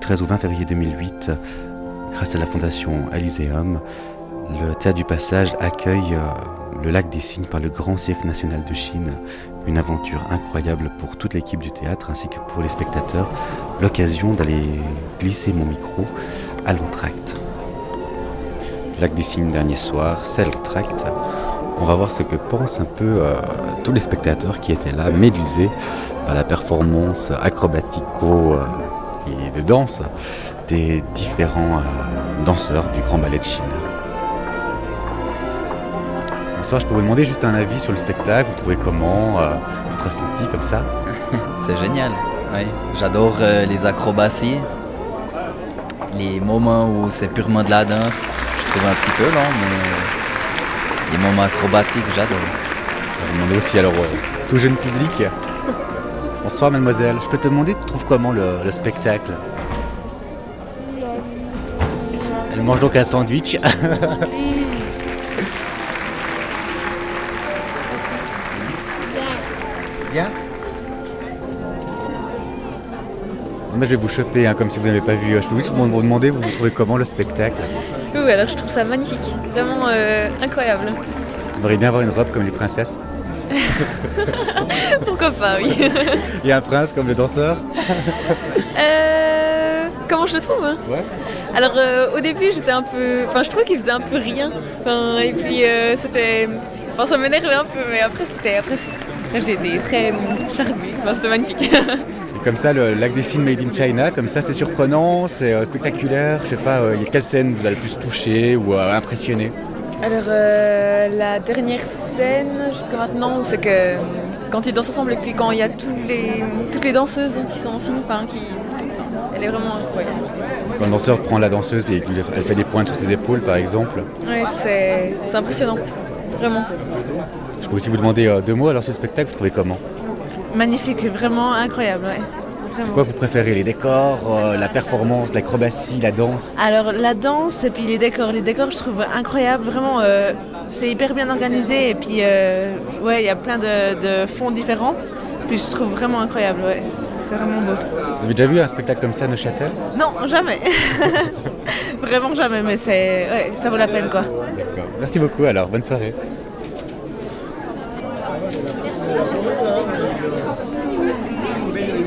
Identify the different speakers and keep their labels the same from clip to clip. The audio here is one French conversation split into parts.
Speaker 1: 13 au 20 février 2008, grâce à la fondation Elyséum, le théâtre du passage accueille euh, le lac des cygnes par le Grand Cirque National de Chine. Une aventure incroyable pour toute l'équipe du théâtre ainsi que pour les spectateurs. L'occasion d'aller glisser mon micro à l'entracte. Lac des cygnes dernier soir, c'est l'entracte. On va voir ce que pensent un peu euh, tous les spectateurs qui étaient là, médusés par la performance acrobatico euh, et de danse des différents euh, danseurs du Grand Ballet de Chine. Bonsoir, je peux vous demander juste un avis sur le spectacle. Vous trouvez comment euh, Votre ressenti comme ça
Speaker 2: C'est génial. Oui. J'adore euh, les acrobaties, les moments où c'est purement de la danse. Je trouve un petit peu long, mais les moments acrobatiques, j'adore.
Speaker 1: Je vais demander aussi alors euh, tout jeune public. Bonsoir mademoiselle, je peux te demander, tu trouves comment le, le spectacle Elle mange donc un sandwich. Bien Non, mais je vais vous choper, hein, comme si vous n'avez pas vu. Je peux juste vous vous demander, vous, vous trouvez comment le spectacle
Speaker 3: Ouh, alors je trouve ça magnifique, vraiment euh, incroyable.
Speaker 1: J'aimerais bien avoir une robe comme les princesses.
Speaker 3: Pourquoi pas, oui.
Speaker 1: Et un prince comme le danseur
Speaker 3: Euh, comment je le trouve hein
Speaker 1: Ouais.
Speaker 3: Alors euh, au début j'étais un peu, enfin je trouvais qu'il faisait un peu rien. Enfin et puis euh, c'était, enfin ça m'énervait un peu, mais après c'était, après, c- après, j'ai été très hum, charmée. Enfin c'était magnifique.
Speaker 1: Et comme ça, le lac des signes Made in China, comme ça, c'est surprenant, c'est euh, spectaculaire. Je sais pas, euh, y a quelle scène vous a le plus touché ou euh, impressionné
Speaker 4: Alors, euh, la dernière scène jusqu'à maintenant, c'est que euh, quand ils dansent ensemble et puis quand il y a toutes les danseuses qui sont en signe, qui, elle est vraiment incroyable.
Speaker 1: Quand le danseur prend la danseuse et qu'elle fait des pointes sur ses épaules, par exemple.
Speaker 4: Ouais, c'est c'est impressionnant, vraiment.
Speaker 1: Je peux aussi vous demander euh, deux mots alors sur le spectacle, vous trouvez comment
Speaker 5: Magnifique, vraiment incroyable. ouais.
Speaker 1: C'est
Speaker 5: Vraiment.
Speaker 1: quoi que vous préférez Les décors, euh, la performance, l'acrobatie, la danse
Speaker 5: Alors la danse et puis les décors, les décors je trouve incroyable, vraiment euh, c'est hyper bien organisé et puis euh, ouais il y a plein de, de fonds différents, puis je trouve vraiment incroyable, ouais. C'est- c'est vraiment beau.
Speaker 1: Vous avez déjà vu un spectacle comme ça à Neuchâtel
Speaker 5: Non jamais, vraiment jamais, mais c'est ouais, ça vaut la peine quoi.
Speaker 1: D'accord. Merci beaucoup alors, bonne soirée.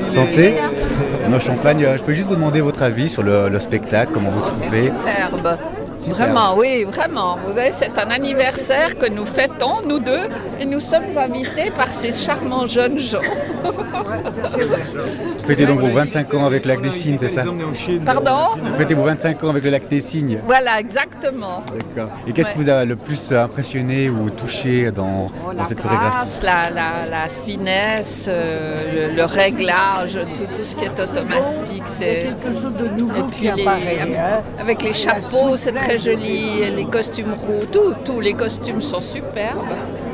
Speaker 1: Santé Nos champagne, euh, je peux juste vous demander votre avis sur le, le spectacle, comment vous trouvez
Speaker 6: Superbe. Vraiment, oui, vraiment. Vous savez, c'est un anniversaire que nous fêtons, nous deux, et nous sommes invités par ces charmants jeunes gens.
Speaker 1: Vous fêtez donc vos 25 ans avec le lac des Cygnes, c'est ça Vous
Speaker 6: Pardon
Speaker 1: fêtez vos 25 ans avec le lac des Cygnes
Speaker 6: Voilà, exactement.
Speaker 1: Et qu'est-ce que
Speaker 6: Ouais.
Speaker 1: vous a le plus euh, impressionné ou touché dans,
Speaker 6: Oh,
Speaker 1: dans
Speaker 6: la
Speaker 1: cette chorégraphie
Speaker 6: grâce, la, la- la finesse, euh, le, le réglage, tout, tout ce qui est automatique. C'est... Et puis les-
Speaker 7: hein.
Speaker 6: avec les chapeaux, c'est très joli, et les costumes roux, tout- tous les costumes sont superbes.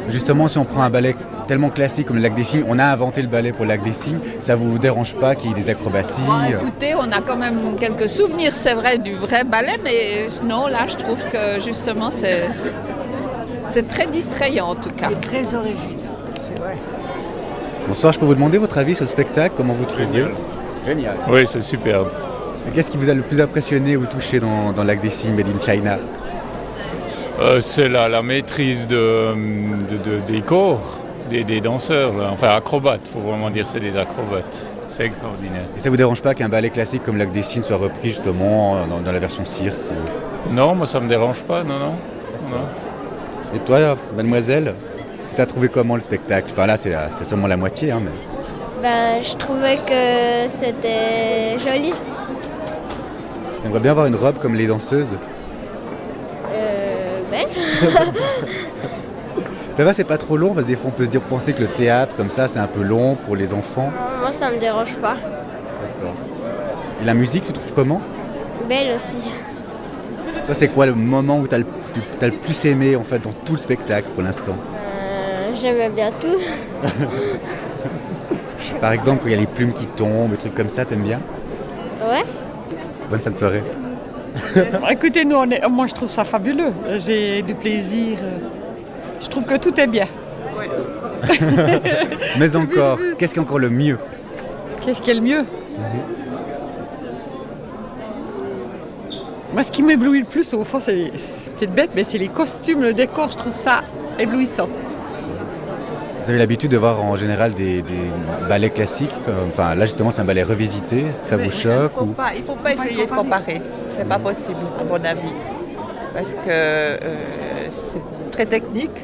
Speaker 1: Justement, si on prend un ballet tellement classique comme le lac des Cygnes, on a inventé le ballet pour le lac des Cygnes, ça vous dérange pas qu'il y ait des acrobaties
Speaker 6: Bon,
Speaker 1: euh,
Speaker 6: écoutez, on a quand même quelques souvenirs, c'est vrai, du vrai ballet, mais non, là, je trouve que justement, c'est. C'est très distrayant en tout cas.
Speaker 1: Bonsoir, je peux vous demander votre avis sur le spectacle, comment vous trouvez Génial.
Speaker 8: Oui, c'est superbe.
Speaker 1: Et Qu'est-ce qui vous a le plus impressionné ou touché dans, dans Lac des Signes Made in China
Speaker 8: Euh, c'est la, la maîtrise de, de- de- des corps, des, des danseurs, là. enfin acrobates, faut vraiment dire, c'est des acrobates. C'est extraordinaire.
Speaker 1: Et ça vous dérange pas qu'un ballet classique comme Lac des Signes soit repris justement euh, dans, dans la version cirque ou-
Speaker 8: Non, moi ça me dérange pas, non, non. non.
Speaker 1: Et toi, mademoiselle, tu t'as trouvé comment le spectacle Enfin là, c'est la- c'est seulement la moitié, hein, mais...
Speaker 9: Ben, je trouvais que c'était joli.
Speaker 1: J'aimerais bien avoir une robe comme les danseuses.
Speaker 9: Euh, belle.
Speaker 1: Ça va, c'est pas trop long, parce que des fois on peut se dire, penser que le théâtre comme ça, c'est un peu long pour les enfants.
Speaker 9: Moi, ça me dérange pas.
Speaker 1: Et la musique, tu trouves comment
Speaker 9: Belle aussi.
Speaker 1: Toi, c'est quoi le moment où t'as le, t'as le plus aimé en fait dans tout le spectacle pour l'instant
Speaker 9: Euh, J'aimais bien tout.
Speaker 1: Par exemple, quand il y a les plumes qui tombent, des trucs comme ça, t'aimes bien
Speaker 9: Ouais.
Speaker 1: Bonne fin de soirée.
Speaker 10: Écoutez, nous, on est- moi, je trouve ça fabuleux. J'ai du plaisir. Je trouve que tout est bien.
Speaker 1: Mais encore, qu'est-ce qui est encore le mieux
Speaker 10: Qu'est-ce qui est le mieux Moi, ce qui m'éblouit le plus, au fond, c'est c'est peut-être bête, mais c'est les costumes, le décor. Je trouve ça éblouissant.
Speaker 1: Vous avez l'habitude de voir en général des, des ballets classiques, comme- enfin là justement c'est un ballet revisité, est-ce que ça vous choque
Speaker 11: Il
Speaker 1: ou...
Speaker 11: ne faut, pas essayer de comparer. C'est pas possible, à mon avis. Parce que euh, c'est très technique.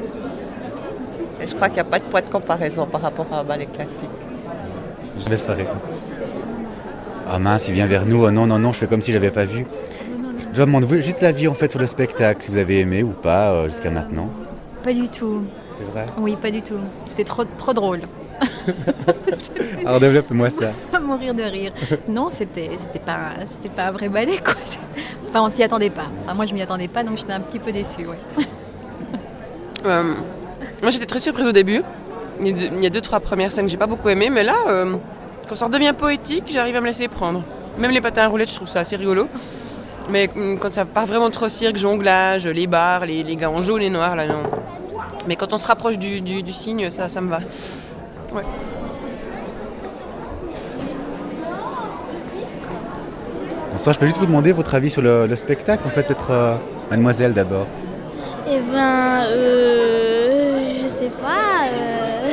Speaker 11: Et je crois qu'il n'y a pas de point de comparaison par rapport à un ballet classique.
Speaker 1: Je laisse parler. Ah mince, il vient vers nous, oh non, non, non, je fais comme si je l'avais pas vu. Je demande vous juste l'avis en fait sur le spectacle, si vous avez aimé ou pas euh, jusqu'à maintenant.
Speaker 12: Pas du tout.
Speaker 1: C'est vrai.
Speaker 12: Oui, pas du tout. C'était trop, trop drôle.
Speaker 1: Alors développe-moi ça.
Speaker 12: À mourir de rire. Non, c'était c'était pas, c'était pas un vrai ballet, quoi. C'est- Enfin, on s'y attendait pas. Enfin, moi, je m'y attendais pas, donc j'étais un petit peu déçue, ouais.
Speaker 7: Euh, moi j'étais très surprise au début. Il y a deux- il y a deux, trois premières scènes que j'ai pas beaucoup aimées, mais là, euh, quand ça redevient poétique, j'arrive à me laisser prendre. Même les patins à roulettes, je trouve ça assez rigolo. Mais hum, quand ça part vraiment trop cirque, jonglage, les bars, les, les gars en jaune et noir, là non. Mais quand on se rapproche du, du- du signe, ça, ça me va. Ouais.
Speaker 1: Bonsoir, je peux juste vous demander votre avis sur le, le spectacle en fait, peut-être euh, mademoiselle d'abord.
Speaker 9: Eh ben, euh, je sais pas. euh,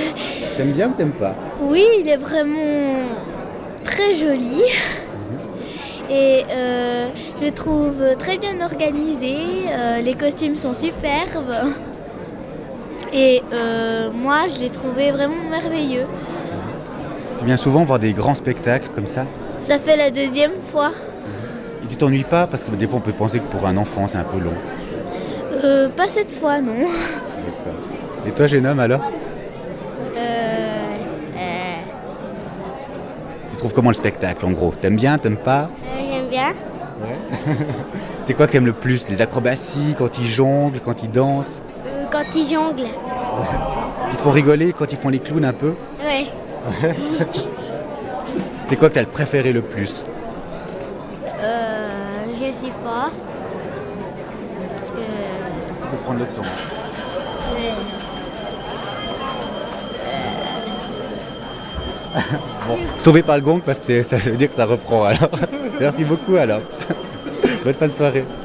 Speaker 1: T'aimes bien ou t'aimes pas
Speaker 9: Oui, il est vraiment très joli. Mhm. Et euh, je le trouve très bien organisé. euh, les costumes sont superbes. Et euh, moi, je l'ai trouvé vraiment merveilleux.
Speaker 1: Tu viens souvent voir des grands spectacles comme ça
Speaker 9: Ça fait la deuxième fois.
Speaker 1: Et tu t'ennuies pas Parce que des fois on peut penser que pour un enfant c'est un peu long.
Speaker 9: Euh, pas cette fois, non.
Speaker 1: Et toi jeune homme alors
Speaker 9: Euh, euh,
Speaker 1: Tu trouves comment le spectacle en gros T'aimes bien, t'aimes pas
Speaker 9: J'aime bien.
Speaker 1: C'est quoi que t'aimes le plus Les acrobaties, quand ils jonglent, quand ils dansent
Speaker 9: Euh, quand ils jonglent.
Speaker 1: Ils te font rigoler quand ils font les clowns un peu
Speaker 9: Ouais.
Speaker 1: C'est quoi que t'as le préféré le plus
Speaker 9: Euh, je sais pas. Euh,
Speaker 1: Faut prendre le temps. Bon, sauvé par le gong parce que c'est- ça veut dire que ça reprend alors. Merci beaucoup alors. Bonne fin de soirée.